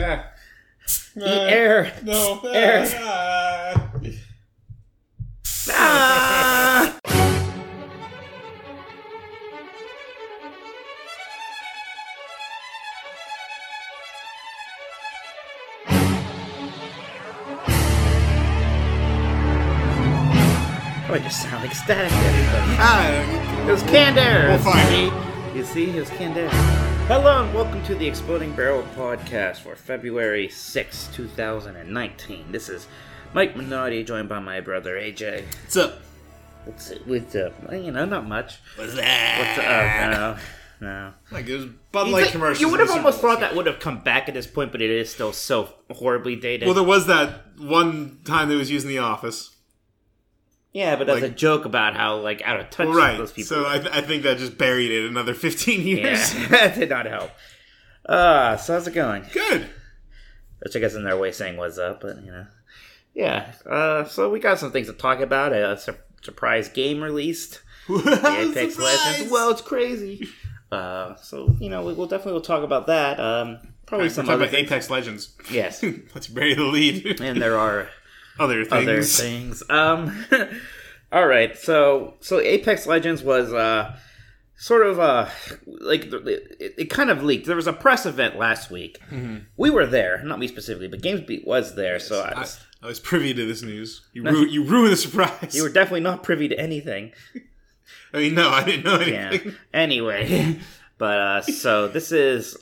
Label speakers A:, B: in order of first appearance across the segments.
A: Ah.
B: Eat air.
A: No.
B: Air.
A: Ah.
B: Ah! Oh, I just sound ecstatic to everybody.
A: Ah.
B: It was canned air.
A: Well, fine.
B: See? You see, it was canned air. Hello and welcome to the Exploding Barrel Podcast for February sixth, two 2019. This is Mike Minotti, joined by my brother AJ.
A: What's up?
B: What's with uh, you know, not much.
A: What's that?
B: What's up? No, no.
A: Like it was Bud Light commercials.
B: you would have
A: in the
B: almost
A: Super Bowl.
B: thought that would have come back at this point, but it is still so horribly dated.
A: Well, there was that one time that was used in the office.
B: yeah, but that's
A: like-
B: a joke about how like out of touch
A: Well, right.
B: those people.
A: So I, th- I think that just buried it another 15
B: yeah,
A: years.
B: that did not help. Uh, so how's it going?
A: Good.
B: Which I guess in their way of saying what's up, but you know, yeah. Uh, so we got some things to talk about. A sur- surprise game released. Apex Legends. Well, it's crazy. Uh, so you know, we, we'll definitely we'll talk about that. Um, probably
A: We're
B: some
A: talking
B: other
A: about
B: things.
A: Apex Legends.
B: Yes,
A: Let's bury the lead.
B: and there are
A: Other things.
B: other things. Um, all right, so so Apex Legends was uh, sort of uh, like th- it, it kind of leaked. There was a press event last week.
A: Mm-hmm.
B: We were there, not me specifically, but GamesBeat was there. So I
A: I,
B: was,
A: I was privy to this news. You, ru- you ruined the surprise.
B: you were definitely not privy to anything.
A: I mean, no, I didn't know
B: Yeah.
A: anything.
B: anyway, but uh, so this is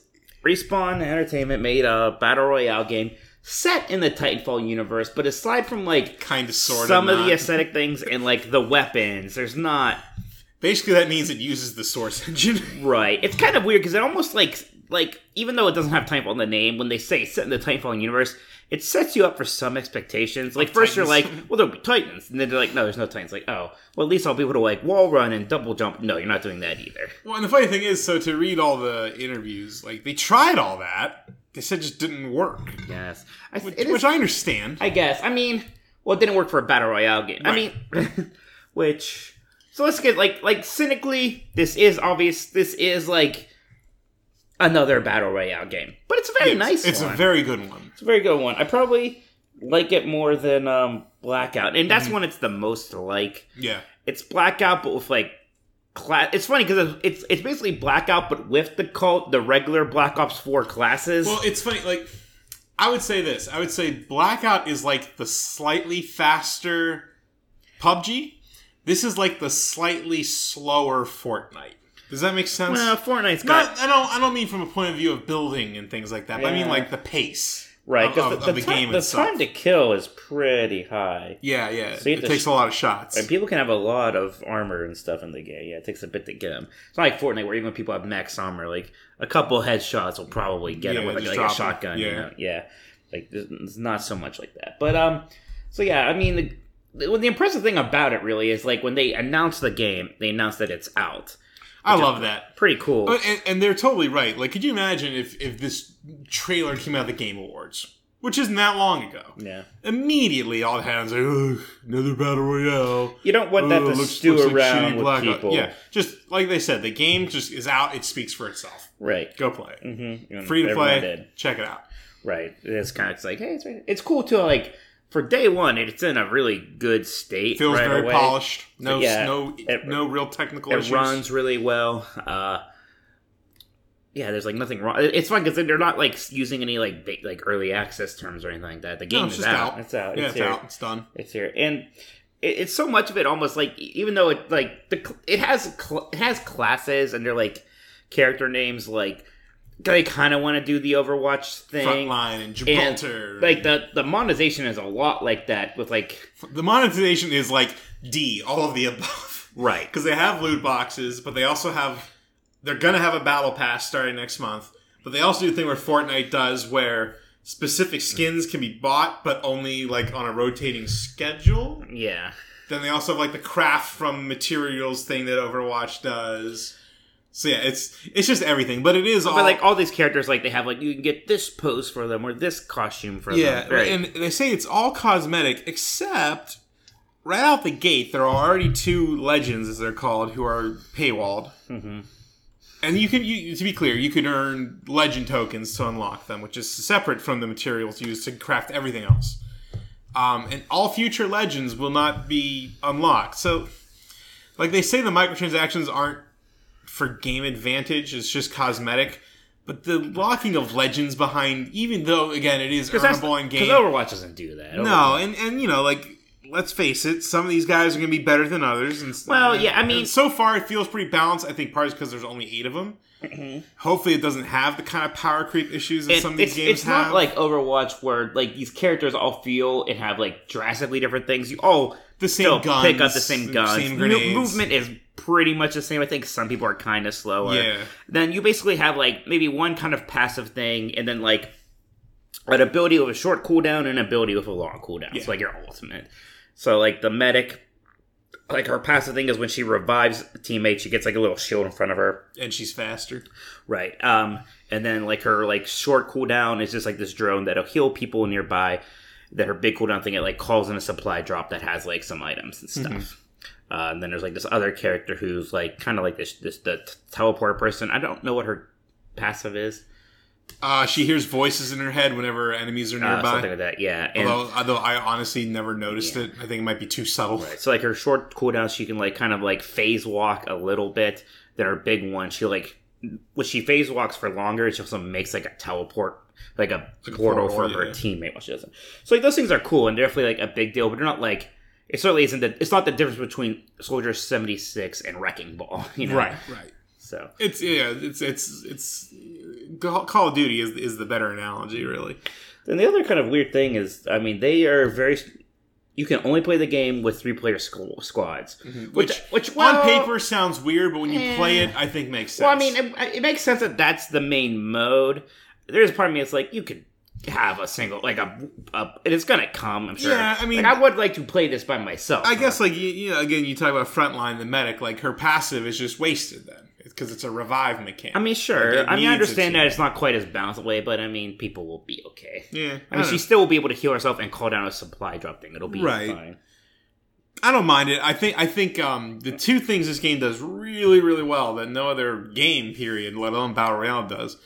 B: Respawn Entertainment made a battle royale game set in the Titanfall universe, but aside from like
A: Kind of, sort of.
B: some of
A: not.
B: the aesthetic things and like the weapons, there's not
A: Basically, that means it uses the Source engine.
B: right. It's kind of weird because it almost like like even though it doesn't have Titanfall in the name, when they say set in the Titanfall universe. It sets you up for some expectations. Like first you're like,
A: Titans.
B: well, there'll be Titans, and then they're like, no, there's no Titans. Like, oh, well, at least I'll be able to like wall run and double jump. No, you're not doing that either.
A: Well, and the funny thing is, so to read all the interviews, like they tried all that, they said it just didn't work,
B: Yes, I,
A: which,
B: it is-
A: which I understand.
B: I guess. I mean, well, it didn't work for a battle royale game. I mean, which so let's get like like cynically, this is obvious. This is like another battle royale game, but it's a very nice.
A: It's
B: one.
A: a very good one.
B: it's a very good one. I probably like it more than um Blackout, and
A: Mhm.
B: that's when it's the most like.
A: Yeah,
B: It's Blackout, but with like. Cla- it's funny because it's it's basically Blackout, but with the cult, the regular Black Ops Four classes.
A: Well, it's funny. Like, I would say this. I would say Blackout is like the slightly faster PUBG. This is like the slightly slower Fortnite. Does that make sense?
B: Well, Fortnite's got
A: Not, I don't. I don't mean from a point of view of building and things like that. But I mean
B: Yeah.
A: like the pace.
B: Right,
A: of-
B: because
A: of-
B: the,
A: of
B: the,
A: the
B: time,
A: game
B: the
A: itself.
B: time to kill is pretty high.
A: Yeah, yeah.
B: you
A: it
B: have to
A: takes
B: sh-
A: a lot of shots.
B: And people can have a lot of armor and stuff in the game. Yeah, it takes a bit to get them. It's not like Fortnite where even when people have max armor, like a couple headshots will probably get them
A: Yeah,
B: with like,
A: just
B: like, a
A: drop 'em.
B: shotgun. You
A: Yeah.
B: know? Yeah, like there's, there's not so much like that. But um, so yeah, I mean, the, the, the impressive thing about it really is like when they announce the game, they announce that it's out.
A: I love that.
B: Pretty cool.
A: But Uh, and, and they're totally right. Like, could you imagine if if this trailer came out of the Game Awards, which isn't that long ago?
B: yeah,
A: Immediately, all the hands like, "Ugh, another battle royale.
B: you don't want that
A: Ugh,
B: to
A: looks-
B: stew
A: looks like
B: around
A: shitty
B: with
A: Black Ops."
B: people.
A: Yeah, just like they said, the game just is out. It speaks for itself.
B: right.
A: Go play it.
B: Mm-hmm.
A: Free to play. Check it out.
B: Right. It's kind of it's like, hey, it's right. It's cool to like for day one. It's in a really good state.
A: Feels
B: right
A: very
B: away.
A: polished. No,
B: Yeah,
A: no,
B: it-
A: no real technical
B: It
A: issues.
B: runs really well. Uh, yeah, there's like nothing wrong. it- It's fun because they're not like using any like ba- like early access terms or anything like that. The game
A: it's
B: is
A: just
B: out.
A: out.
B: It's out.
A: Yeah,
B: it's
A: it's
B: here.
A: out. It's done.
B: It's here, and it, it's so much of it almost like e, even though it like the cl- it has cl- it has classes and they're like character names like they kind of want to do the Overwatch thing.
A: Frontline and
B: And,
A: Gibraltar.
B: like the the monetization is a lot like that with like
A: The monetization is like D, all of the above.
B: right
A: Because they have loot boxes, but they also have. They're going to have a battle pass starting next month. But they also do the thing where Fortnite does where specific skins can be bought, but only like on a rotating schedule.
B: yeah
A: Then they also have like the craft from materials thing that Overwatch does. So yeah, it's it's just everything, but it is all
B: but like all these characters like they have like you can get this pose for them or this costume for
A: yeah,
B: them right
A: and they say it's all cosmetic except right out the gate there are already two legends as they're called who are paywalled.
B: Mhm.
A: And you can, you, to be clear, you can earn legend tokens to unlock them, which is separate from the materials used to craft everything else. Um, and all future legends will not be unlocked. So, like they say, the microtransactions aren't for game advantage; it's just cosmetic. But the locking of legends behind, even though again it is
B: Because
A: earnable in game,
B: Overwatch doesn't do that.
A: no, and and you know, like let's face it, some of these guys are going to be better than others. And
B: Well, yeah, I
A: and
B: mean-
A: so far it feels pretty balanced. I think part is because there's only eight of them. Hopefully, it doesn't have the kind of power creep issues that
B: Mm-hmm. It-
A: some of these
B: it's,
A: games
B: it's
A: have.
B: not like Overwatch where like these characters all feel and have like drastically different things. You oh, all
A: The same
B: still
A: guns,
B: pick up the same
A: the
B: guns.
A: same
B: Mo-
A: grenades.
B: movement is pretty much the same. I think some people are kind of slower.
A: Yeah.
B: Then you basically have like maybe one kind of passive thing, and then like an ability with a short cooldown and an ability with a long cooldown.
A: Yeah.
B: So like your ultimate. So like the medic, like her passive thing is when she revives a teammate, she gets like a little shield in front of her.
A: and she's faster.
B: Right. Um, and then like her like short cooldown is just like this drone that'll heal people nearby. That her big cooldown thing it like calls in a supply drop that has like some items and
A: Mm-hmm.
B: stuff. Uh, and then there's like this other character who's like kind of like this this the t- teleport person. I don't know what her passive is.
A: Uh, she hears voices in her head whenever enemies are
B: Uh,
A: nearby.
B: something like that. Yeah. And
A: although, although I honestly never noticed it. I think it might be too subtle.
B: so like her short cooldown, she can like kind of like phase walk a little bit. Then her big one, she like when she phase walks for longer, she also makes like a teleport, like a
A: Like a
B: portal,
A: portal,
B: for her
A: yeah.
B: teammate while she doesn't. So like those things are cool and definitely like a big deal, but they're not like it certainly isn't the it's not the difference between Soldier seventy six and Wrecking Ball, you know?
A: right.
B: So
A: It's yeah, it's it's it's Call of Duty is is the better analogy, really.
B: Then the other kind of weird thing is, I mean, they are very. You can only play the game with three player squ- squads, which
A: Which-
B: which well,
A: On paper sounds weird, but when you play
B: eh.
A: it, I think makes sense.
B: Well, I mean, it, it makes sense that that's the main mode. There's a part of me that's like, you could have a single, like a, a and it's gonna come. I'm sure.
A: Yeah, I mean-
B: like, I would like to play this by myself.
A: I guess like you, you know, again, you talk about frontline, the medic, like her passive is just wasted then because it's a revive mechanic.
B: I mean, sure.
A: Like, it
B: I mean, I
A: needs
B: understand
A: it to-
B: that it's not quite as balanced way, but I mean, people will be okay.
A: yeah,
B: I mean,
A: don't
B: she still will be able to heal herself and call down a supply drop thing. It'll be
A: Right.
B: fine.
A: I don't mind it. I think I think um, the two things this game does really really well that no other game period, let alone battle royale, does.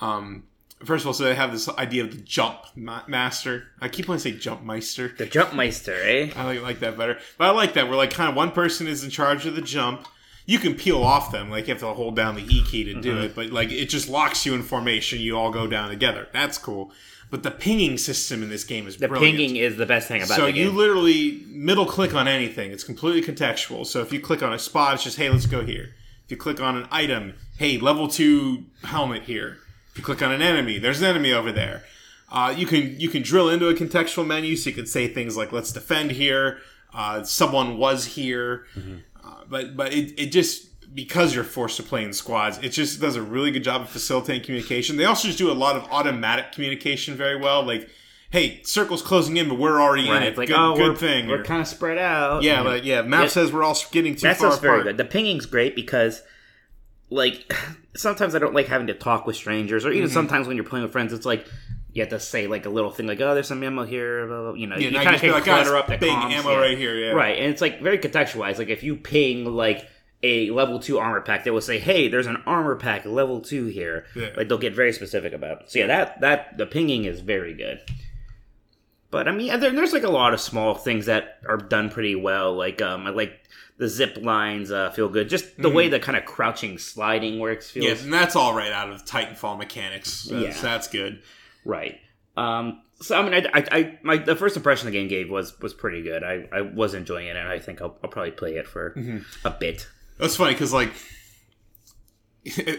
A: Um, first of all, so they have this idea of the jump ma- master. I keep wanting to say jump meister.
B: The Jumpmeister, eh?
A: I like, like that better, but I like that. We're like kind of one person is in charge of the jump. You can peel off them, like you have to hold down the E key to do
B: Mm-hmm.
A: it, but like it just locks you in formation. You all go down together. That's cool. But the pinging system in this game is
B: The
A: brilliant.
B: pinging is the best thing about
A: So
B: the game.
A: you literally middle click on anything. It's completely contextual. So if you click on a spot, it's just hey, let's go here. If you click on an item, hey, level two helmet here. If you click on an enemy, there's an enemy over there. Uh, you can you can drill into a contextual menu, so you can say things like let's defend here. Uh, someone was here, uh, but but it, it just because you're forced to play in squads, it just does a really good job of facilitating communication. They also just do a lot of automatic communication very well. Like, hey, circle's closing in, but we're already
B: Right,
A: in it.
B: it's like,
A: good
B: oh,
A: good
B: we're,
A: thing.
B: we're
A: Or-
B: kind of spread out.
A: yeah,
B: And-
A: like yeah, map
B: Yeah.
A: says we're all getting too
B: that
A: far
B: sounds very
A: apart.
B: good. The pinging's great because, like, sometimes I don't like having to talk with strangers, or even
A: Mm-hmm.
B: sometimes when you're playing with friends, it's like you have to say like a little thing, like, "Oh, there's some ammo here," blah, blah, blah, you know.
A: Yeah,
B: you
A: now
B: kind
A: you
B: of
A: just be
B: can
A: like, "Oh,
B: clutter
A: it's
B: up the
A: big
B: comms,
A: ammo
B: yeah.
A: right here, yeah.
B: Right, and it's like very contextualized. Like if you ping like a level two armor pack, they will say, "Hey, there's an armor pack level two here."
A: Yeah.
B: Like they'll get very specific about. It. So yeah, that that the pinging is very good. But I mean, there, there's like a lot of small things that are done pretty well. Like um, I like the zip lines uh, feel good. Just the way the kind of crouching sliding works feels
A: Mm-hmm. Yes, and that's all right out of Titanfall mechanics. So
B: Yeah.
A: so that's good.
B: right. Um, so I mean, I, I, I my the first impression the game gave was was pretty good. I, I was enjoying it, and I think I'll, I'll probably play it for
A: Mm-hmm.
B: a bit.
A: That's funny because like.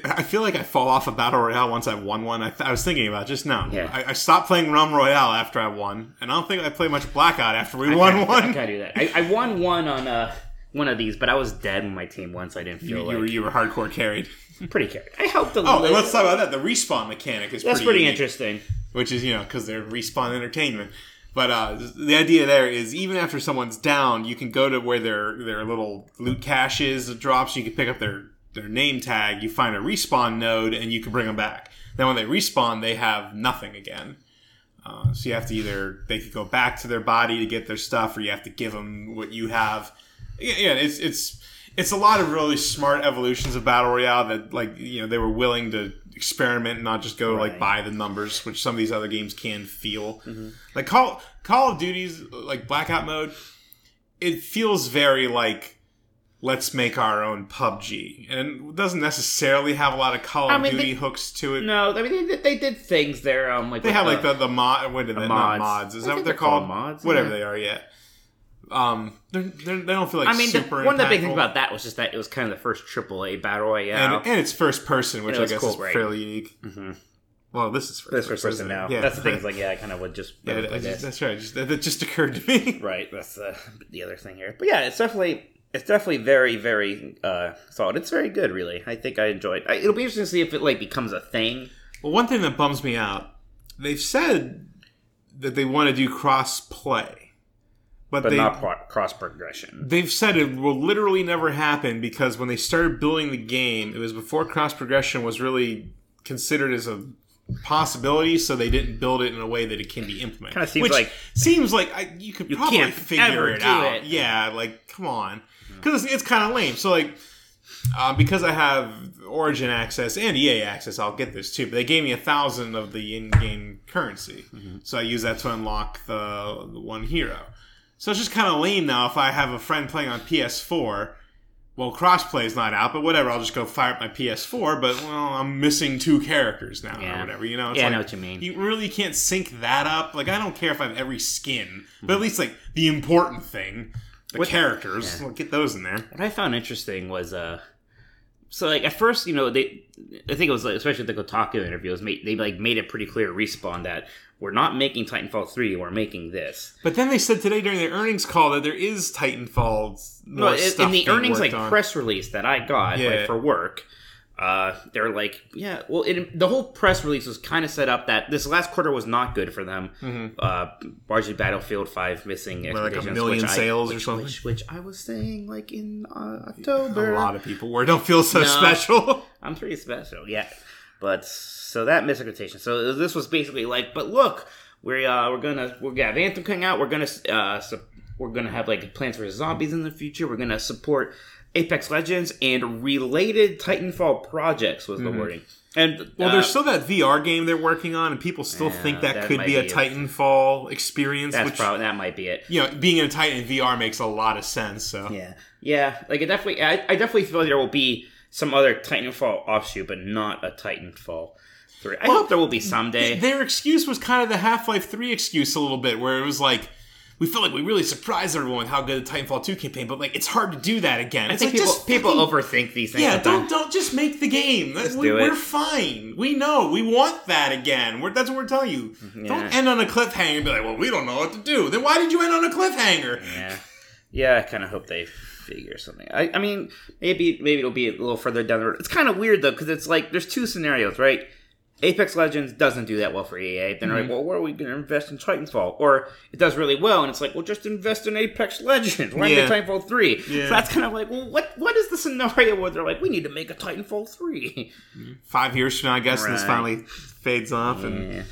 A: I feel like I fall off a battle royale once I won one. I, th- I was thinking about it just now.
B: Yeah.
A: I, I stopped playing Rum Royale after I won, and I don't think I played much Blackout after we won
B: I,
A: one.
B: I gotta do that. I, I won one on uh one of these, but I was dead when my team won, so I didn't feel
A: you,
B: like
A: were, you were hardcore carried.
B: pretty carried. I helped a
A: Oh,
B: little.
A: and let's talk about that. The respawn mechanic is
B: That's
A: pretty,
B: pretty
A: unique,
B: interesting.
A: which is you know because they're respawn entertainment. But uh, the idea there is even after someone's down, you can go to where their their little loot cache is, it drops. You can pick up their their name tag. You find a respawn node, and you can bring them back. Then when they respawn, they have nothing again. Uh, so you have to either they could go back to their body to get their stuff, or you have to give them what you have. Yeah, yeah, it's it's it's a lot of really smart evolutions of battle royale that like you know they were willing to experiment and not just go like
B: Right. Mm-hmm.
A: by the numbers which some of these other games can feel like call call of duty's like blackout mode it feels very like let's make our own pubg and it doesn't necessarily have a lot of call of
B: I mean,
A: duty
B: they-
A: hooks to it
B: No, I mean they, they did things there. Um, like
A: they
B: with
A: have like the the mod what are they not
B: mods.
A: mods is
B: I
A: that
B: think
A: what they're
B: they're called
A: called
B: mods,
A: whatever
B: yeah.
A: they are yeah um they're, they're, they don't feel like
B: I mean, the,
A: super
B: one of the big
A: impactful.
B: things about that was just that it was kind of the first AAA battle royale.
A: and, and it's first person,
B: And
A: which
B: it
A: I
B: was
A: guess
B: cool,
A: is
B: right?
A: fairly unique.
B: Mhm.
A: Well, this is first,
B: That's first person now.
A: Yeah,
B: That's the thing. It's like, yeah, I kind of would just.
A: Yeah,
B: like
A: that's,
B: this.
A: that's right. Just, that, that just occurred to me.
B: Right. That's uh, the other thing here. But yeah, it's definitely it's definitely very very uh, solid. It's very good, really. I think I enjoyed. I, it'll be interesting to see if it like becomes a thing.
A: Well, one thing that bums me out, they've said that they want to do cross play, but,
B: but
A: they
B: not pro- cross progression.
A: they've said it will literally never happen because when they started building the game, it was before cross progression was really considered as a possibility, so they didn't build it in a way that it can be implemented.
B: Kinda seems
A: Which
B: like-
A: seems like I, you could probably
B: can't
A: figure
B: ever
A: it
B: do
A: out.
B: it.
A: Yeah, like come on, because it's, it's kind of lame. So like. Uh, because I have Origin access and EA access, I'll get this too. But they gave me a thousand of the in-game currency,
B: Mm-hmm.
A: so I use that to unlock the, the one hero. So it's just kind of lame now if I have a friend playing on PS4. Well, crossplay is not out, but whatever. I'll just go fire up my PS4. But well, I'm missing two characters now or
B: Yeah.
A: whatever. You know?
B: yeah, I
A: like,
B: know what you mean.
A: You really can't sync that up. Like I don't care if I have every skin, but
B: Mhm.
A: at least like the important thing, the characters,
B: yeah.
A: well, get those in there.
B: What I found interesting was uh so like at first, you know, they I think it was like, especially the Kotaku interview, it was made, they like made it pretty clear respawn that we're not making Titanfall 3, we're making this.
A: But then they said today during their earnings call that there is Titanfall.
B: No,
A: More
B: in,
A: stuff
B: in the
A: being
B: earnings
A: worked
B: like
A: on.
B: press release that I got
A: Yeah.
B: like for work, uh, they're like, yeah, well, it, the whole press release was kind of set up that this last quarter was not good for them. Uh, largely Battlefield Five missing
A: Mm-hmm. a
B: expectations,
A: million
B: which I-
A: sales or
B: which-
A: something.
B: which, which I was saying like in uh, October.
A: a lot of people were. Don't feel so
B: No.
A: special.
B: I'm pretty special, yeah. But so that misinterpretation. So this was basically like, but look, we're uh, we're gonna we're gonna have Anthem coming out. We're gonna uh, su- we're gonna have like Plants vs Zombies in the future. We're gonna support Apex Legends and related Titanfall projects was the wording. And
A: Mm-hmm. Well,
B: uh,
A: there's still that VR game they're working on, and people still
B: Yeah,
A: think that,
B: that
A: could
B: might
A: be a
B: be it.
A: Titanfall experience.
B: that's
A: which
B: probably that might be it.
A: you know, being in a Titan in VR makes a lot of sense. So
B: Yeah, yeah. Like it definitely, I, I definitely feel there will be some other Titanfall offshoot, but not a Titanfall three. I hope there will be someday.
A: their excuse was kind of the Half Life Three excuse a little bit, where it was like. We felt like we really surprised everyone with how good the Titanfall 2 campaign, but like it's hard to do that again.
B: I
A: it's
B: think
A: like
B: people
A: just
B: people
A: fucking-
B: overthink these things.
A: Yeah,
B: sometimes.
A: don't don't just make the game. That- we,
B: do it.
A: We're fine. We know. We want that again. We're, that's what we're telling you. Don't
B: Mm-hmm, Yeah.
A: end on a cliffhanger and be like, "Well, we don't know what to do." Then why did you end on a cliffhanger?
B: Yeah, yeah. I kind of hope they figure something. I, I mean, maybe maybe it'll be a little further down the road. It's kind of weird though, because it's like there's two scenarios, right? Apex Legends doesn't do that well for EA. Then
A: Mm-hmm.
B: they're like, well, what are we going to invest in Titanfall? Or it does really well, and it's like, well, just invest in Apex Legends. Why
A: Yeah.
B: make Titanfall three? So
A: Yeah.
B: that's kind of like, well, what what is the scenario where they're like, we need to make a Titanfall three?
A: Five years from now, I guess, and this
B: Right.
A: finally fades off, and
B: Yeah.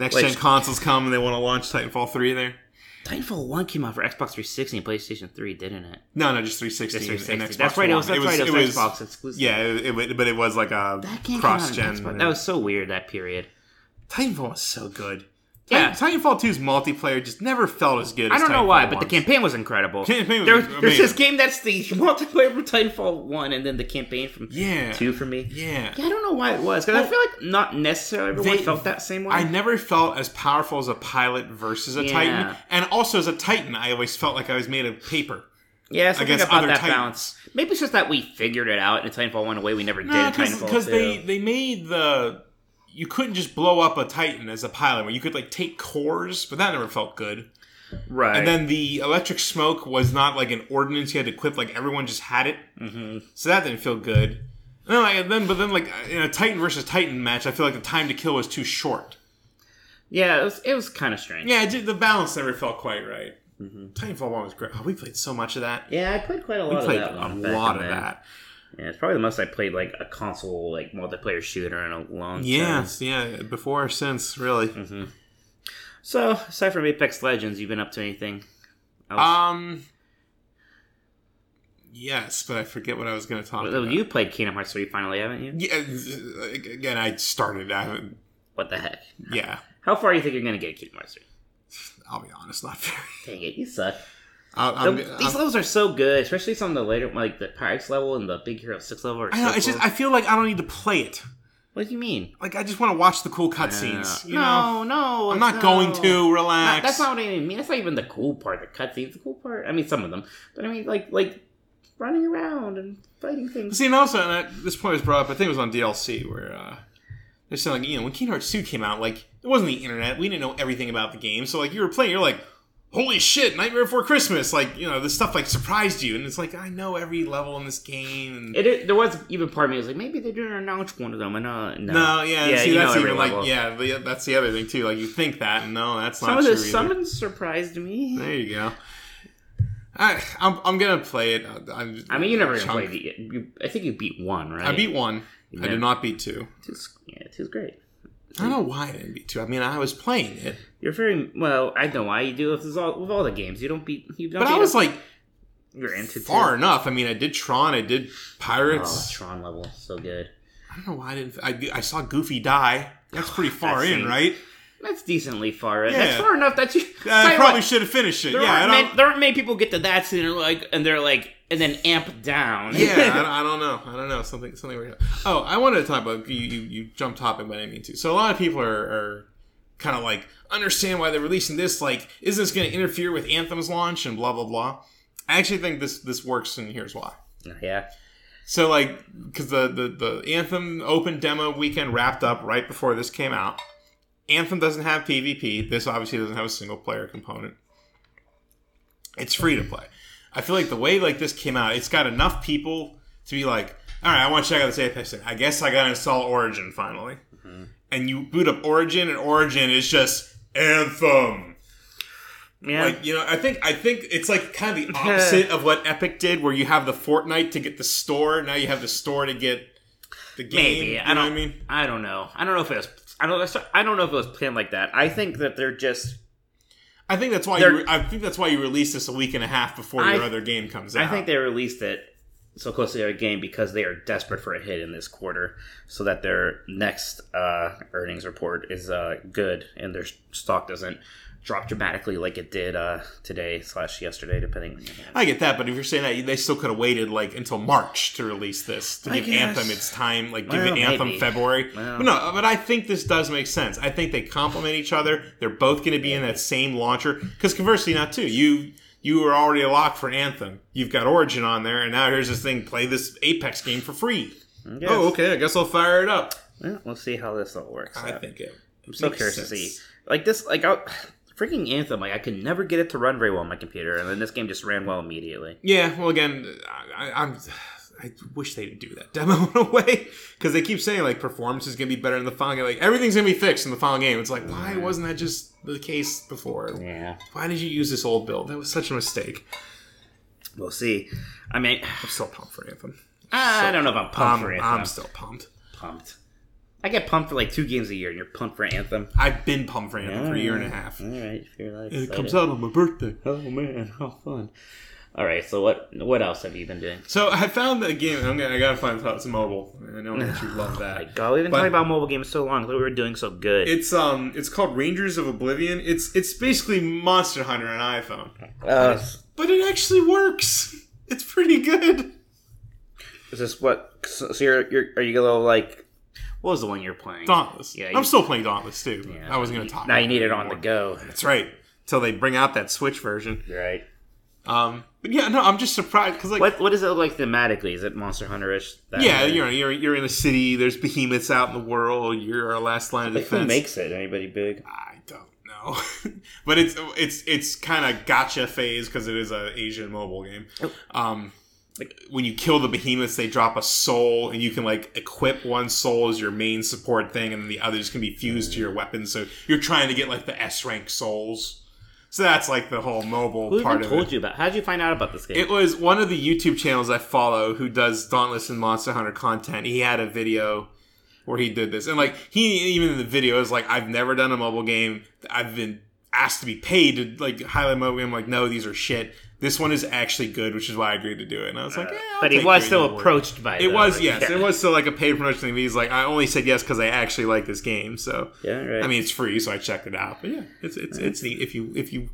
A: next
B: Like-
A: gen consoles come and they want to launch Titanfall three there.
B: Titanfall one came out for Xbox 360 and PlayStation three, didn't it?
A: No, no, just 360,
B: Just
A: and
B: 360.
A: Xbox
B: That's right. It was,
A: One.
B: that's right. It was Xbox exclusive.
A: Yeah, it, it, wa- but it was like a
B: That game
A: cross
B: came out on Xbox. That
A: gen.
B: was so weird. That period.
A: Titanfall was so good.
B: Yeah.
A: Titan- Titanfall 2's multiplayer just never felt as good.
B: I
A: as
B: don't know
A: Titanfall
B: why, but the
A: 1's.
B: campaign was incredible.
A: Campaign was
B: There- there's
A: amazing.
B: this game that's the multiplayer from Titanfall one, and then the campaign from
A: Yeah.
B: two for me. Yeah.
A: Yeah.
B: I don't know why it was because I feel like not necessarily everyone
A: They-
B: felt that same way.
A: I never felt as powerful as a pilot versus a
B: Yeah.
A: Titan, and also as a Titan, I always felt like I was made of paper.
B: yeah, something
A: guess
B: about
A: other
B: that
A: Titans.
B: balance. Maybe it's just that we figured it out in Titanfall one in a way we never did in Titanfall
A: because
B: two.
A: they they made the you couldn't just blow up a Titan as a pilot, where you could like take cores, but that never felt good.
B: right.
A: And then the electric smoke was not like an ordinance you had to equip; like everyone just had it,
B: Mm-hmm.
A: so that didn't feel good. No, and then but then like in a Titan versus Titan match, I feel like the time to kill was too short.
B: yeah, it was, it was kind of strange.
A: Yeah, it did- the balance never felt quite right. Titanfall One was great. Oh, we played so much of that.
B: Yeah, I played quite Mm-hmm. a lot
A: played
B: of that
A: a
B: one. back
A: lot
B: in
A: of
B: the-
A: that.
B: Yeah, it's probably the most I played like a console like multiplayer shooter in a long time.
A: Yes, yeah, before or since, really.
B: So, aside from Apex Legends, you've been up to anything? Else?
A: Um, Yes, but I forget what I was going to talk
B: Well,
A: about.
B: You played Kingdom Hearts 3 finally, haven't you?
A: Yeah, uh, again, I started. I haven't.
B: What the heck?
A: Yeah,
B: How far do you think you're going to get Kingdom Hearts 3?
A: I'll be honest, not very.
B: Dang it, you suck.
A: I-
B: The-
A: I'm,
B: these
A: I'm,
B: levels are so good, especially some of the later, like the Pirates level and the Big Hero 6 level. Or
A: I know. It's just I feel like I don't need to play it.
B: what do you mean?
A: Like I just want to watch the cool cutscenes.
B: Uh,
A: you
B: no,
A: know,
B: no.
A: I'm not
B: no.
A: going to relax.
B: Not- that's not what I mean. That's not even the cool part. The cutscenes, the cool part. I mean, some of them, but I mean, like like running around and fighting things.
A: See, and also, and I, this point was brought up. I think it was on DLC where uh, they're saying, like, you know, when Kingdom Hearts two came out, like it wasn't the internet. We didn't know everything about the game, so like you were playing, you're like, holy shit, Nightmare Before Christmas. Like you know, this stuff like surprised you, and it's like I know every level in this game. And,
B: It, it- there was even part of me was like, maybe they're doing an announce one of them, and uh, no,
A: no, yeah, see,
B: you know
A: that's
B: every
A: even like,
B: level.
A: yeah, the, that's the other thing too. Like you think that, and no, that's
B: Some
A: not
B: of
A: true.
B: the
A: either.
B: some of them surprised me.
A: There you go. I, I'm, I'm gonna play it. I'm,
B: I mean, you never even
A: chunk.
B: played it. You, I think you beat one, right?
A: I beat one.
B: You
A: I
B: never-
A: did not beat two.
B: Two's, yeah, two's great.
A: I don't know why I didn't beat two. I mean, I was playing it,
B: You're very well. I know why you do it. This is all with all the games. You don't beat. You don't.
A: but
B: beat
A: I was
B: them.
A: like
B: you're into
A: far
B: two.
A: enough. I mean, I did Tron, I did
B: Oh,
A: Pirates.
B: Tron level, so good.
A: I don't know why I didn't. I, I saw Goofy die. That's pretty far
B: That
A: in,
B: scene.
A: right?
B: That's decently far.
A: Yeah.
B: That's far enough that you Tell
A: I
B: you
A: probably
B: what,
A: should have finished it.
B: there,
A: yeah, I
B: aren't many,
A: don't.
B: there aren't many people get to that scene and like and they're like and then amp down.
A: Yeah, I don't, I don't know. I don't know something. Something weird. Oh, I wanted to talk about you. You, you jumped topic, but I didn't mean to. So a lot of people are, are kind of like understand why they're releasing this. Like, is this going to interfere with Anthem's launch and blah blah blah? I actually think this this works, and here's why.
B: yeah.
A: So like, because the, the the Anthem open demo weekend wrapped up right before this came out. Anthem doesn't have PvP. This obviously doesn't have a single player component. It's free to play. I feel like the way like this came out, it's got enough people to be like, all right, I want to check out this Apex thing. I guess I got to install Origin finally. And you boot up Origin, and Origin is just Anthem.
B: Yeah.
A: Like you know, I think I think it's like kind of the opposite of what Epic did, where you have the Fortnite to get the store. Now you have the store to get the game.
B: Maybe.
A: you
B: I
A: know
B: don't
A: what I mean,
B: I don't know. I don't know if it was I don't I don't know if it was planned like that. I think that they're just
A: I think that's why
B: They're-
A: you. Re- I think that's why you release this a week and a half before
B: I-
A: your other game comes out.
B: I think they released it so close to their game because they are desperate for a hit in this quarter so that their next uh, earnings report is uh, good and their stock doesn't drop dramatically like it did uh, today slash yesterday depending on your
A: I get that, but if you're saying that, they still could have waited like until March to release this to
B: I
A: give
B: guess.
A: Anthem its time, like give
B: Well,
A: it Anthem
B: maybe.
A: February.
B: Well.
A: But no, but I think this does make sense. I think they complement each other. They're both going to be in that same launcher. Because conversely, not too you you were already locked for Anthem. You've got Origin on there, and now here's this thing: play this Apex game for free.
B: I guess.
A: Oh, okay. I guess I'll fire it up.
B: Well, we'll see how this all works.
A: I
B: out.
A: think it. I'm
B: so curious to see. Like this, like I, freaking Anthem. Like I could never get it to run very well on my computer, and then this game just ran well immediately.
A: Yeah, well, again, I, I, I'm. I wish they didn't do that demo in a way because they keep saying like performance is going to be better in the final game. Like everything's going to be fixed in the final game. It's like why wasn't that just the case before?
B: Yeah,
A: Why did you use this old build? That was such a mistake.
B: we'll see. I mean,
A: I'm still pumped for Anthem.
B: I don't know if I'm pumped
A: I'm,
B: for Anthem.
A: I'm still pumped.
B: pumped. I get pumped for like two games a year, and you're pumped for Anthem.
A: I've been pumped for Anthem for a year and a half.
B: All right, if you're that
A: It
B: excited.
A: comes out on my birthday.
B: Oh man, how fun! All right, so what what else have you been doing?
A: So I found a game. I'm gonna, I gotta find out. It's mobile. I know that you love that.
B: Like, God, we've been
A: But-
B: talking about mobile games so long. Look, we were doing so good.
A: It's um, it's called Rangers of Oblivion. It's it's basically Monster Hunter on iPhone.
B: uh,
A: but it actually works. It's pretty good.
B: is this what? So you're, you're are you a little like? What was the one you're playing?
A: Dauntless.
B: Yeah, you-
A: I'm still playing Dauntless too. I wasn't going to talk.
B: Now
A: about
B: you need it on the
A: anymore.
B: go.
A: That's right. Till they bring out that Switch version.
B: Right.
A: Um, but yeah, no, I'm just surprised because like,
B: What what does it look like thematically? Is it Monster Hunter ish?
A: yeah, you know, you're you're in a city. There's behemoths out in the world. You're our last line of
B: Like, who
A: defense.
B: makes it? Anybody big?
A: I don't know, but it's it's it's kind of gotcha phase because it is a Asian mobile game.
B: Oh.
A: Um, like when you kill the behemoths, they drop a soul, and you can like equip one soul as your main support thing, and then the others can be fused to your weapons. So you're trying to get like the S rank souls. So that's like the whole mobile
B: Who
A: part
B: even
A: of
B: told
A: it.
B: you about? How did you find out about this game?
A: It was one of the YouTube channels I follow who does Dauntless and Monster Hunter content. He had a video where he did this, and like he even in the video is like, "I've never done a mobile game. I've been." asked to be paid to like highlight movie. I'm like, no, these are shit. This one is actually good, which is why I agreed to do it. And I was like, yeah, I'll
B: Uh, but he
A: take
B: was
A: your
B: still
A: word.
B: approached by the-
A: It was yes,
B: yeah.
A: it was still like a paid promotion thing. He's like, I only said yes because I actually like this game. So
B: Yeah, right.
A: I mean, it's free, so I checked it out. But yeah, it's it's it's neat if you if you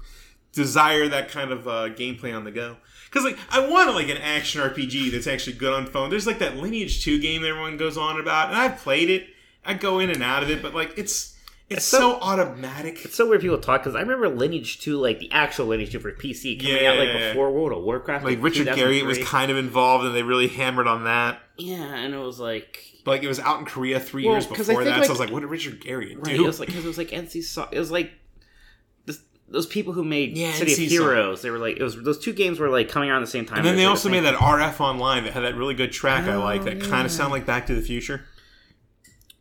A: desire that kind of uh, gameplay on the go. Because like I want like an action RPG that's actually good on phone. There's like that Lineage Two game everyone goes on about, and I've played it. I go in and out of it, but like it's it's,
B: It's so-
A: so, automatic.
B: It's so weird people talk because I remember Lineage 2, like the actual Lineage 2 for PC, coming out like
A: Yeah.
B: before World of Warcraft.
A: Like Richard Garriott was
B: 2003.
A: kind of involved, and they really hammered on that.
B: yeah, and it was like
A: But like it was out in Korea three
B: Well,
A: years
B: 'cause I
A: before
B: think,
A: that,
B: like-
A: so I was like, what did Richard Garriott
B: right,
A: do?
B: it was like 'cause it was like NC, so- it was like this, those people who made
A: Yeah,
B: City
A: NC
B: of Heroes. They were like it was those two games were like coming out at the same time,
A: and then they
B: were
A: also
B: the
A: made
B: same-
A: that RF Online that had that really good track I like that
B: Oh,
A: kind
B: yeah.
A: of sound like Back to the Future.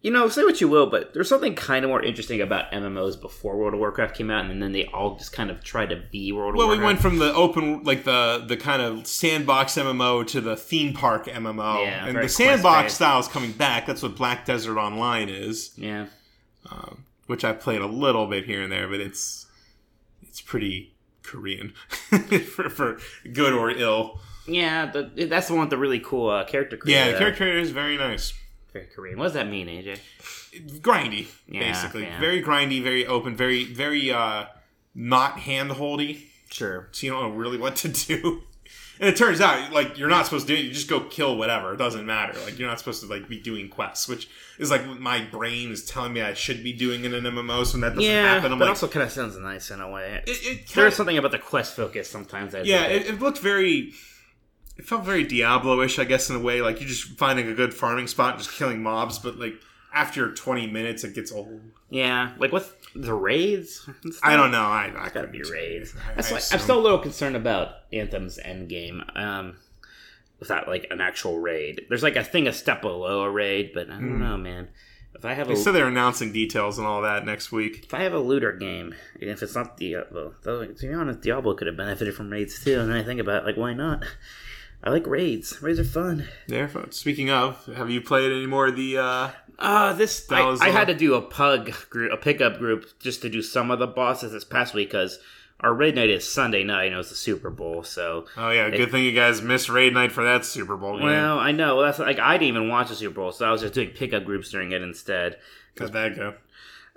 B: You know, say what you will, but there's something kind of more interesting about MMOs before World of Warcraft came out, and then they all just kind of tried to be World of
A: Well, we
B: Warcraft.
A: went from the open, like the the kind of sandbox MMO to the theme park MMO,
B: Yeah,
A: and
B: very
A: the sandbox
B: quest-based.
A: style is coming back. That's what Black Desert Online is,
B: yeah,
A: um, which I played a little bit here and there, but it's it's pretty Korean for, for good or ill.
B: yeah, the, that's the one with the really cool uh, character.
A: Yeah,
B: creator,
A: the
B: uh,
A: character creator is very nice,
B: Very Korean. What does that mean, AJ?
A: grindy,
B: Yeah,
A: basically,
B: yeah.
A: very grindy, very open, very very uh, not hand holdy.
B: Sure.
A: so you don't know really what to do. And it turns out, like, you're not supposed to do it. You just go kill whatever. It doesn't matter. Like, you're not supposed to, like, be doing quests, which is, like, what my brain is telling me I should be doing in an MMO, so when that doesn't
B: Yeah,
A: happen, I'm
B: but
A: like...
B: also kind of sounds nice in a way.
A: it, it
B: There
A: kinda,
B: is something about the quest focus sometimes. That
A: yeah, it, it looked very... It felt very Diablo-ish, I guess, in a way. Like, you're just finding a good farming spot and just killing mobs, but, like, after 20 minutes, it gets old.
B: yeah. Like what's the raids? and stuff?
A: I don't know. I, I
B: gotta
A: could
B: be raids.
A: I-
B: That's
A: I
B: why I'm
A: assume.
B: still a little concerned about Anthem's endgame. Um, without like an actual raid, there's like a thing a step below a raid, but I
A: Hmm.
B: don't know, man. If I have a
A: They said they're announcing details and all that next week.
B: if I have a looter game, and if it's not Diablo, though, to be honest, Diablo could have benefited from raids too. And then I think about it, like why not? I like raids. Raids are fun.
A: There. Speaking of, have you played any more of the? Uh,
B: Uh, this I,
A: was
B: I
A: all-
B: had to do a pug group, a pickup group, just to do some of the bosses this past week because our raid night is Sunday night and it was the Super Bowl. So,
A: oh yeah, good thing you guys missed raid night for that Super Bowl game.
B: well, I know that's like I didn't even watch the Super Bowl, so I was just doing pickup groups during it instead.
A: How'd that go?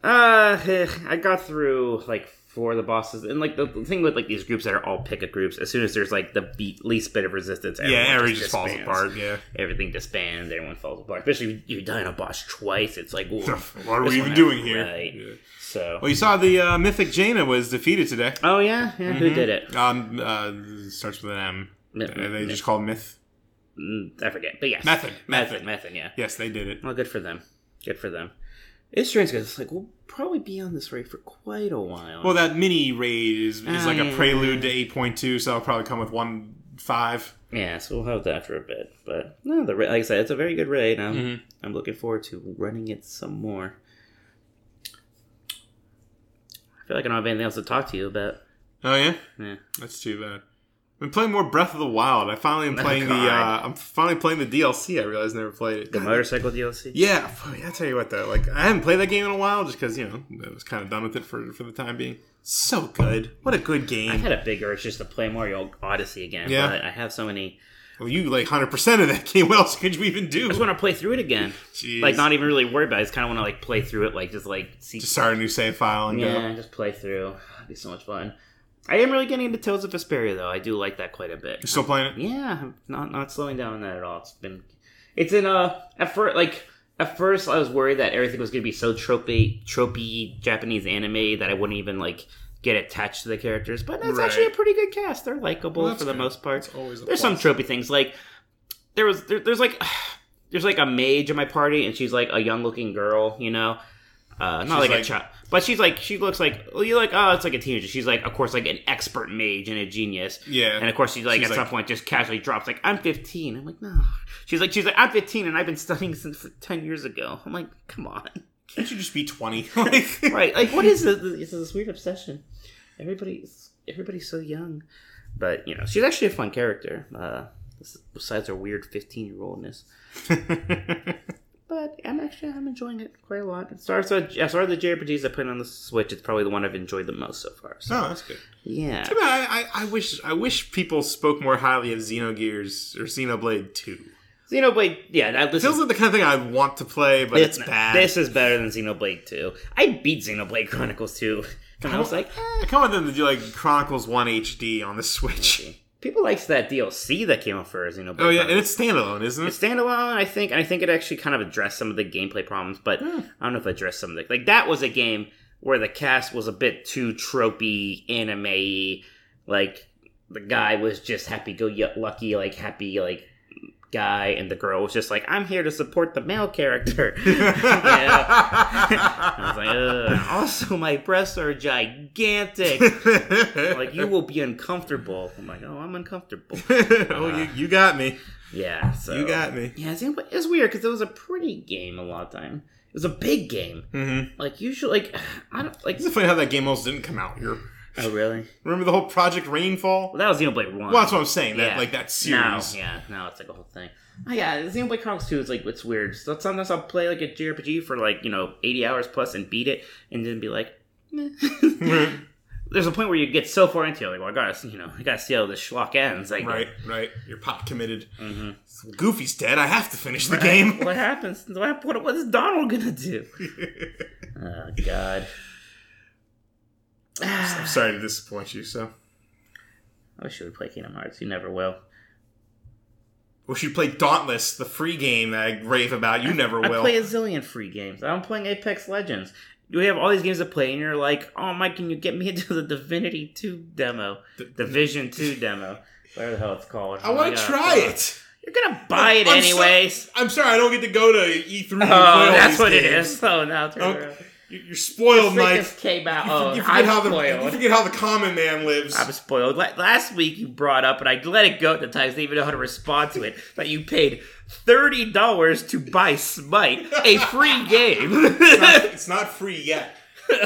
B: Uh, eh, I got through like four of the bosses, and like the thing with like these groups that are all pickup groups, as soon as there's like the be- least bit of resistance,
A: yeah,
B: everyone
A: everything just falls
B: disbands.
A: apart. Yeah,
B: Everything disbands. Everyone falls apart. Especially if you die on a boss twice. It's like, what
A: what are we even doing here? Yeah.
B: So.
A: Well, you saw the uh, Mythic Jaina was defeated today.
B: Oh yeah, yeah. Who did it? Mm-hmm.
A: Um, uh, starts with an M.
B: Mi-
A: Uh, they just call it Myth.
B: Mm, I forget, but yes,
A: Method,
B: method,
A: method.
B: method. Yeah.
A: Yes, they did it.
B: Well, good for them. Good for them. It's strange because it's like we'll probably be on this raid for quite a while.
A: Well, that mini raid is, is
B: Oh,
A: like
B: yeah,
A: a prelude to eight point two, so I'll probably come with one five.
B: yeah, so we'll have that for a bit. But no, the raid, like I said, it's a very good raid. I'm,
A: Mm-hmm.
B: I'm looking forward to running it some more. I feel like I don't have anything else to talk to you about.
A: Oh yeah,
B: Yeah.
A: that's too bad. I've been playing more Breath of the Wild. I finally am
B: Oh,
A: playing the. Uh,
B: God.
A: I'm finally playing the DLC. I realized I never played it.
B: The motorcycle DLC.
A: Yeah, fuck, I tell you what though, like I haven't played that game in a while, just because you know I was kind of done with it for for the time being. So good, what a good
B: I
A: game!
B: had a big urge just to play Mario Odyssey again.
A: Yeah.
B: but I have so many.
A: Well, you like hundred percent of that game. What else could you even do?
B: I just want to play through it again.
A: Jeez.
B: like not even really worried about. it. I just kind of want to like play through it, like just like see.
A: Just start a new save file and
B: yeah,
A: go.
B: just play through. It'd be so much fun. I am really getting into Tales of Vesperia though. I do like that quite a bit.
A: You're still playing it?
B: Yeah, I'm not not slowing down on that at all. It's been, it's in a at first like at first I was worried that everything was gonna be so tropey tropey Japanese anime that I wouldn't even like get attached to the characters. But it's
A: Right.
B: actually a pretty good cast. They're likable
A: Well, that's
B: for the
A: good.
B: most part.
A: It's always a
B: There's some
A: plus.
B: tropey things like there was there, there's like there's like a mage in my party and she's like a young looking girl, you know. Uh, not
A: She's
B: like, a
A: like-
B: child, but she's like she looks like you're like oh it's like a teenager. She's like of course like an expert mage and a genius.
A: Yeah.
B: and of course she's like
A: She's
B: at some
A: like-
B: point just casually drops like I'm 15. I'm like no. She's like she's like I'm 15 and I've been studying since for 10 years ago. I'm like come on,
A: Can't you just be twenty? Like,
B: right? Like what is this? It's this weird obsession. Everybody's everybody's so young, but you know she's actually a fun character. Uh, besides her weird 15 year oldness. But I'm actually I'm enjoying it quite a lot. It starts with, as far as the JRPGs I put on the Switch, it's probably the one I've enjoyed the most so far. So
A: Oh, that's good.
B: yeah,
A: Too bad. I, I, I wish I wish people spoke more highly of Xenogears or Xenoblade Two.
B: Xenoblade. Yeah, that- this
A: Feels
B: is
A: like the kind of thing I want to play, but it's,
B: this-
A: bad.
B: This is better than Xenoblade Two. I beat Xenoblade Chronicles Two, and I was like,
A: I kind of want them to do like Chronicles One HD on the Switch.
B: people liked that DLC that came out for Xenoblade.
A: Oh yeah,
B: Chronicles.
A: and it's standalone, isn't
B: It's
A: it?
B: standalone, I think, and I think it actually kind of addressed some of the gameplay problems, but
A: Hmm.
B: I don't know if it addressed some of the like that was a game where the cast was a bit too tropey, anime, like the guy was just happy go lucky, like happy like guy, and the girl was just like, I'm here to support the male character. yeah. I was like, Ugh. And also my breasts are gigantic. like you will be uncomfortable. I'm like, oh, I'm uncomfortable.
A: oh, you, you got me.
B: Yeah, so
A: You got me.
B: yeah, it's, it's weird because it was a pretty game a lot of time. It was a big game.
A: Mm-hmm.
B: Like usually, like I don't like.
A: It's funny how that game almost didn't come out here.
B: Oh really?
A: Remember the whole Project Rainfall?
B: Well, that was Xenoblade One.
A: Well, that's what I'm saying.
B: Yeah.
A: That like that
B: Now,
A: series.
B: yeah, now it's like a whole thing. Oh yeah, Xenoblade Chronicles Two is like it's weird. So sometimes I'll play like a JRPG for like you know eighty hours plus and beat it, and then be like, "Meh." there's a point where you get so far into it, like, well, I gotta you know I gotta see how this schlock ends. Like,
A: Right, right. You're pop committed.
B: hmm
A: Goofy's dead. I have to finish the game.
B: what happens? What, what, what is Donald gonna do? oh God.
A: I'm sorry to disappoint you. So,
B: I wish you would play Kingdom Hearts. You never will.
A: wish you played Dauntless, the free game that I rave about. You never
B: I
A: will.
B: play a zillion free games. I'm playing Apex Legends. We have all these games to play, and you're like, "Oh, Mike, can you get me into the Divinity Two demo,
A: D-
B: Division Two demo, whatever the hell it's called?"
A: I want
B: Oh my
A: to
B: God.
A: try it.
B: You're gonna buy it
A: I'm so-
B: anyways.
A: I'm sorry, I don't get to go to E3. and play
B: oh,
A: all
B: that's
A: these
B: what it
A: games.
B: is. Oh, now turn
A: Okay.
B: around.
A: You- You're
B: This
A: spoiled,
B: thing
A: Mike.
B: just came out.
A: You,
B: Oh,
A: for- you forget
B: I'm
A: how the you
B: spoiled.
A: forget how the common man lives.
B: I'm spoiled. La- Last week you brought up, and I let it go at the time. I didn't even know how to respond to it. That you paid thirty dollars to buy Smite, a free game.
A: it's not free yet.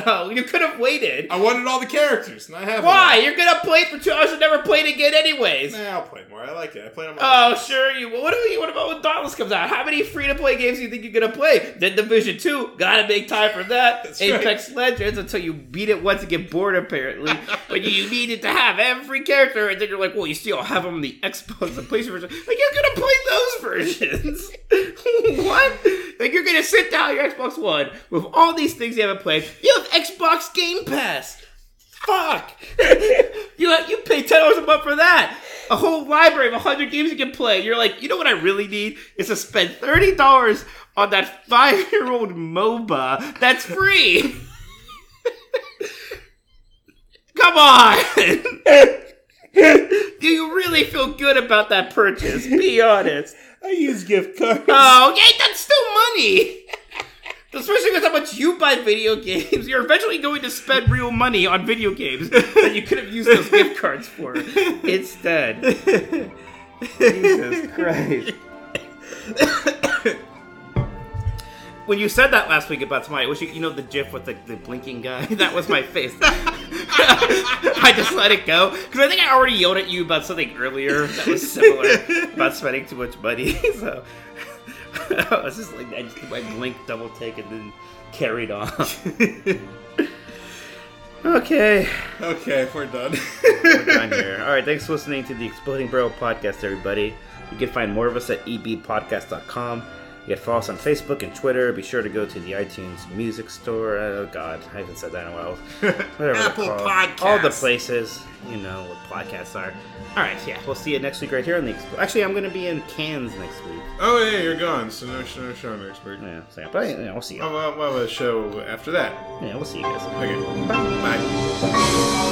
B: oh, you could have waited.
A: I wanted all the characters, and I have.
B: Why? You're gonna play it for two hours and never play it again, anyways.
A: All. Nah, I'll play more. I like it. I play them all.
B: Oh, sure you. What do you? What about when Dauntless comes out? How many free to play games do you think you're gonna play? Then Division Two, gotta make time for that.
A: That's right.
B: Apex Legends until you beat it once and get bored, apparently. but you needed to have every character, and then you're like, well, you still have them in the Xbox, the PlayStation version. Like you're gonna play those versions? what? Like you're gonna sit down your Xbox One with all these things you haven't played? You have Xbox Game Pass. Fuck! you you pay ten dollars a month for that. A whole library of hundred games you can play. You're like, you know what I really need is to spend thirty dollars on that five year old MOBA that's free. Come on. Do you really feel good about that purchase? Be honest.
A: I use gift cards.
B: Oh, yeah, that's still money. Especially with how much you buy video games, you're eventually going to spend real money on video games that you could have used those gift cards for instead. Jesus Christ. when you said that last week about somebody, I wish you, you know the gif with the, the blinking guy? That was my face. I just let it go. Because I think I already yelled at you about something earlier that was similar about spending too much money. So I was just like, I just did my blink double take and then carried on. okay.
A: okay, we're done.
B: Done here. All right, thanks for listening to the Exploding Barrel podcast, everybody. You can find more of us at ebpodcast.com. You can follow us on Facebook and Twitter. Be sure to go to the iTunes Music Store. Oh, God, I haven't said that in a while. Whatever they're
A: Apple
B: called. All the
A: Podcasts.
B: places, you know, where podcasts are. All right, yeah, we'll see you next week right here on the Expl- Actually, I'm going to be in Cannes next week.
A: oh yeah, you're gone. So no, no show next week.
B: Yeah, so, but yeah, we'll see you.
A: Oh, well, we'll have a show after that.
B: Yeah, we'll see you guys.
A: Okay, bye.